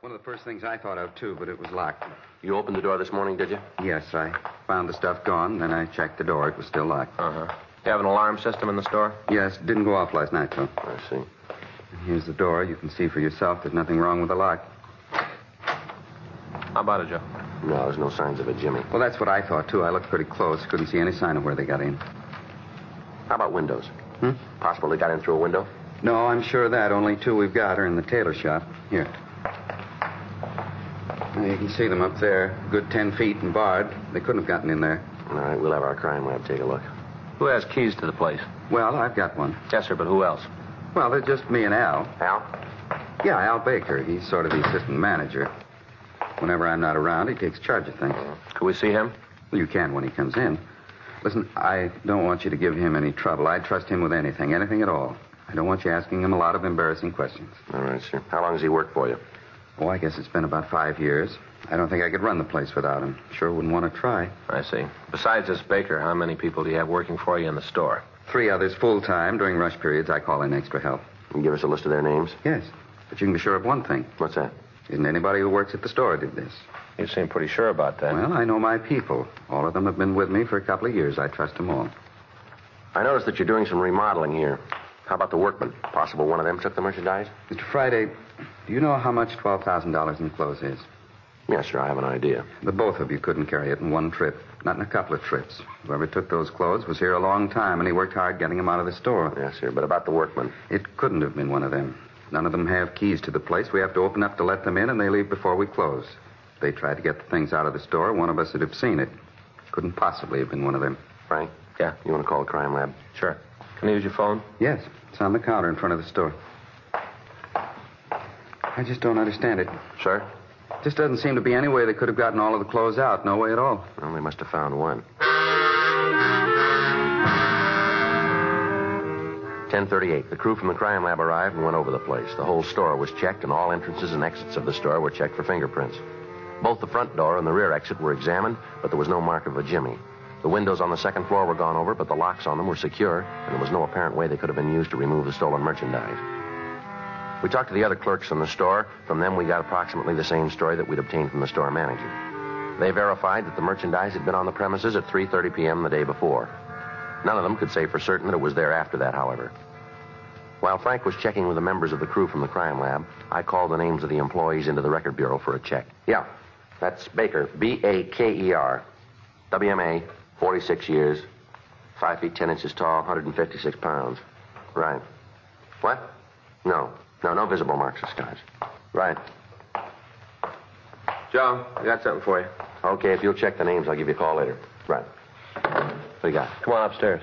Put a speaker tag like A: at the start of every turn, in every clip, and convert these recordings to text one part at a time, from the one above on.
A: One of the first things I thought of, too, but it was locked.
B: You opened the door this morning, did you?
A: Yes, I found the stuff gone, then I checked the door. It was still locked.
B: Uh huh. You have an alarm system in the store?
A: Yes, it didn't go off last night, though.
B: I see.
A: Here's the door. You can see for yourself there's nothing wrong with the lock.
B: How about it, Joe? No, there's no signs of it, Jimmy.
A: Well, that's what I thought, too. I looked pretty close. Couldn't see any sign of where they got in.
B: How about windows?
A: Hmm?
B: Possible they got in through a window?
A: No, I'm sure of that. Only two we've got are in the tailor shop. Here. Now, you can see them up there, good ten feet and barred. They couldn't have gotten in there.
B: All right, we'll have our crime lab take a look. Who has keys to the place?
A: Well, I've got one.
B: Yes, sir, but who else?
A: Well, they're just me and Al.
B: Al?
A: Yeah, Al Baker. He's sort of the assistant manager. Whenever I'm not around, he takes charge of things.
B: Could we see him?
A: Well, you can when he comes in. Listen, I don't want you to give him any trouble. I trust him with anything, anything at all. I don't want you asking him a lot of embarrassing questions.
B: All right, sir. How long has he worked for you?
A: Oh, I guess it's been about five years. I don't think I could run the place without him. Sure wouldn't want to try.
B: I see. Besides this baker, how many people do you have working for you in the store?
A: Three others full time. During rush periods, I call in extra help.
B: Can you give us a list of their names?
A: Yes, but you can be sure of one thing.
B: What's that?
A: Isn't anybody who works at the store did this?
B: You seem pretty sure about that.
A: Well, I know my people. All of them have been with me for a couple of years. I trust them all.
B: I noticed that you're doing some remodeling here. How about the workmen? Possible one of them took the merchandise?
A: Mr. Friday, do you know how much $12,000 in clothes is?
B: Yes, sir. I have an idea.
A: The both of you couldn't carry it in one trip, not in a couple of trips. Whoever took those clothes was here a long time, and he worked hard getting them out of the store.
B: Yes, sir. But about the workmen.
A: It couldn't have been one of them. None of them have keys to the place. We have to open up to let them in, and they leave before we close. If they tried to get the things out of the store, one of us would have seen it. Couldn't possibly have been one of them.
B: Frank? Yeah. You want to call the crime lab? Sure. Can I use your phone?
A: Yes, it's on the counter in front of the store. I just don't understand it.
B: Sir?
A: Just doesn't seem to be any way they could have gotten all of the clothes out. No way at all.
B: Well, they must have found one. 1038. The crew from the crime lab arrived and went over the place. The whole store was checked, and all entrances and exits of the store were checked for fingerprints. Both the front door and the rear exit were examined, but there was no mark of a jimmy. The windows on the second floor were gone over, but the locks on them were secure, and there was no apparent way they could have been used to remove the stolen merchandise. We talked to the other clerks in the store. From them, we got approximately the same story that we'd obtained from the store manager. They verified that the merchandise had been on the premises at 3:30 p.m. the day before. None of them could say for certain that it was there after that, however. While Frank was checking with the members of the crew from the crime lab, I called the names of the employees into the record bureau for a check. Yeah, that's Baker, B A K E R, WMA, 46 years, 5 feet 10 inches tall, 156 pounds. Right. What? No, no, no visible marks of scars. Right. Joe, I got something for you. Okay, if you'll check the names, I'll give you a call later. Right. What do you got?
C: Come on upstairs.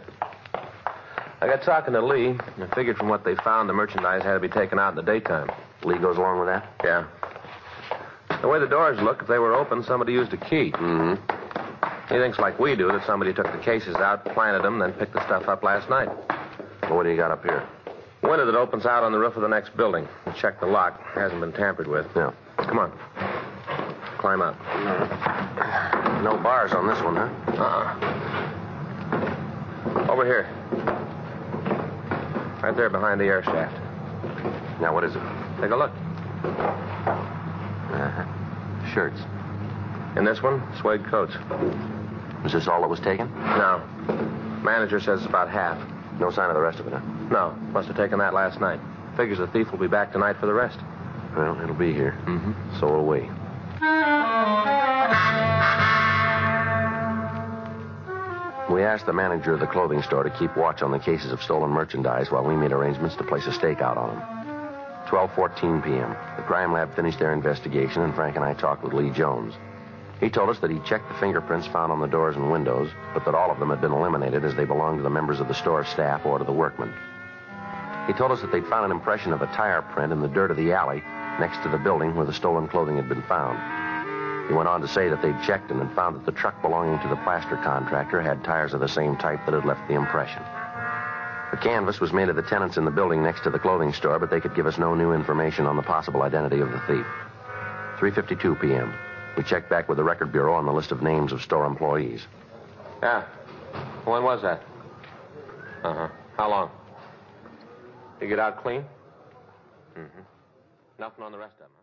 C: I got talking to Lee, and I figured from what they found, the merchandise had to be taken out in the daytime.
B: Lee goes along with that?
C: Yeah. The way the doors look, if they were open, somebody used a key.
B: Mm-hmm.
C: He thinks, like we do, that somebody took the cases out, planted them, then picked the stuff up last night.
B: Well, what do you got up here?
C: Window that opens out on the roof of the next building. We checked the lock. Hasn't been tampered with.
B: Yeah.
C: Come on. Climb out.
B: No bars on this one, huh?
C: Uh-uh. Over here. Right there behind the air shaft.
B: Now, what is it?
C: Take a look.
B: Uh-huh. Shirts.
C: In this one, suede coats.
B: Is this all that was taken?
C: No. Manager says it's about half.
B: No sign of the rest of it, huh?
C: No, must have taken that last night. Figures the thief will be back tonight for the rest.
B: Well, it'll be here. Mm-hmm. So will we. We asked the manager of the clothing store to keep watch on the cases of stolen merchandise while we made arrangements to place a stakeout on them. 12:14 p.m. The crime lab finished their investigation, and Frank and I talked with Lee Jones. He told us that he checked the fingerprints found on the doors and windows, but that all of them had been eliminated as they belonged to the members of the store staff or to the workmen. He told us that they'd found an impression of a tire print in the dirt of the alley next to the building where the stolen clothing had been found. He went on to say that they'd checked and had found that the truck belonging to the plaster contractor had tires of the same type that had left the impression. The canvas was made of the tenants in the building next to the clothing store, but they could give us no new information on the possible identity of the thief. 3:52 p.m. We checked back with the record bureau on the list of names of store employees.
C: Yeah. When was that? Uh huh. How long? You get out clean? Mm hmm. Mm-hmm. Nothing on the rest of them, huh?